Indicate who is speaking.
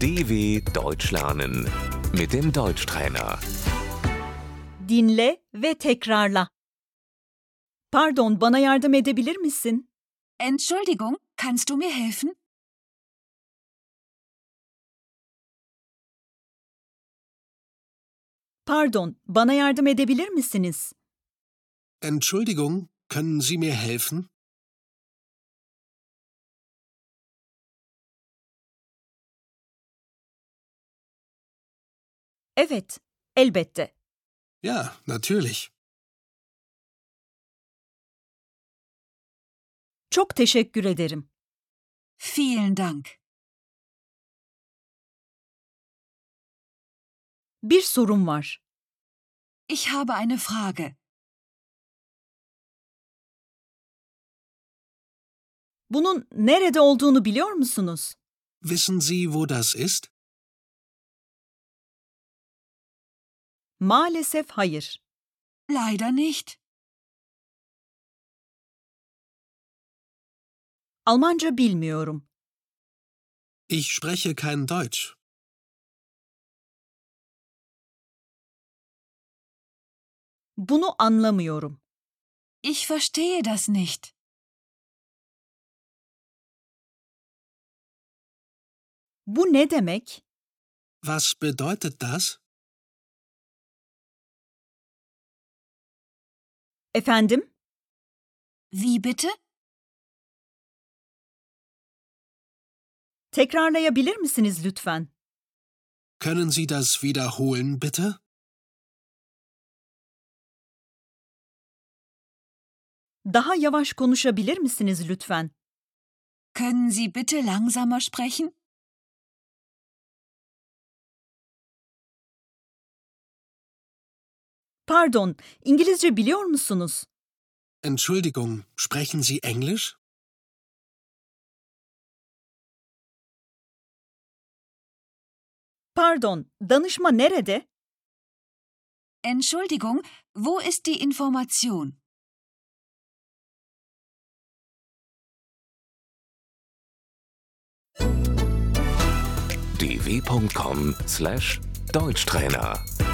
Speaker 1: DW Deutsch lernen mit dem Deutschtrainer.
Speaker 2: Dinle ve tekrarla. Pardon, bana yardım edebilir misin?
Speaker 3: Entschuldigung, kannst du mir helfen?
Speaker 2: Pardon, bana yardım edebilir misiniz?
Speaker 4: Entschuldigung, können Sie mir helfen?
Speaker 2: Evet, elbette.
Speaker 4: Ja, natürlich.
Speaker 2: Çok teşekkür ederim.
Speaker 3: Vielen Dank.
Speaker 2: Bir sorum var.
Speaker 3: Ich habe eine Frage.
Speaker 2: Bunun nerede olduğunu biliyor musunuz?
Speaker 4: Wissen Sie, wo das ist?
Speaker 2: Maalesef hayır.
Speaker 3: Leider nicht.
Speaker 2: Almanca bilmiyorum.
Speaker 4: Ich spreche kein Deutsch.
Speaker 2: Bunu anlamıyorum.
Speaker 3: Ich verstehe das nicht.
Speaker 2: Bu ne demek?
Speaker 4: Was bedeutet das?
Speaker 2: Efendim?
Speaker 3: Wie bitte?
Speaker 2: Tekrarlayabilir misiniz lütfen?
Speaker 4: Können Sie das wiederholen, bitte?
Speaker 2: Daha yavaş konuşabilir misiniz lütfen?
Speaker 3: Können Sie bitte langsamer sprechen?
Speaker 2: Pardon, İngilizce biliyor musunuz?
Speaker 4: Entschuldigung, sprechen Sie Englisch?
Speaker 2: Pardon, danışma nerede?
Speaker 3: Entschuldigung, wo ist die Information?
Speaker 1: dw.com/deutschtrainer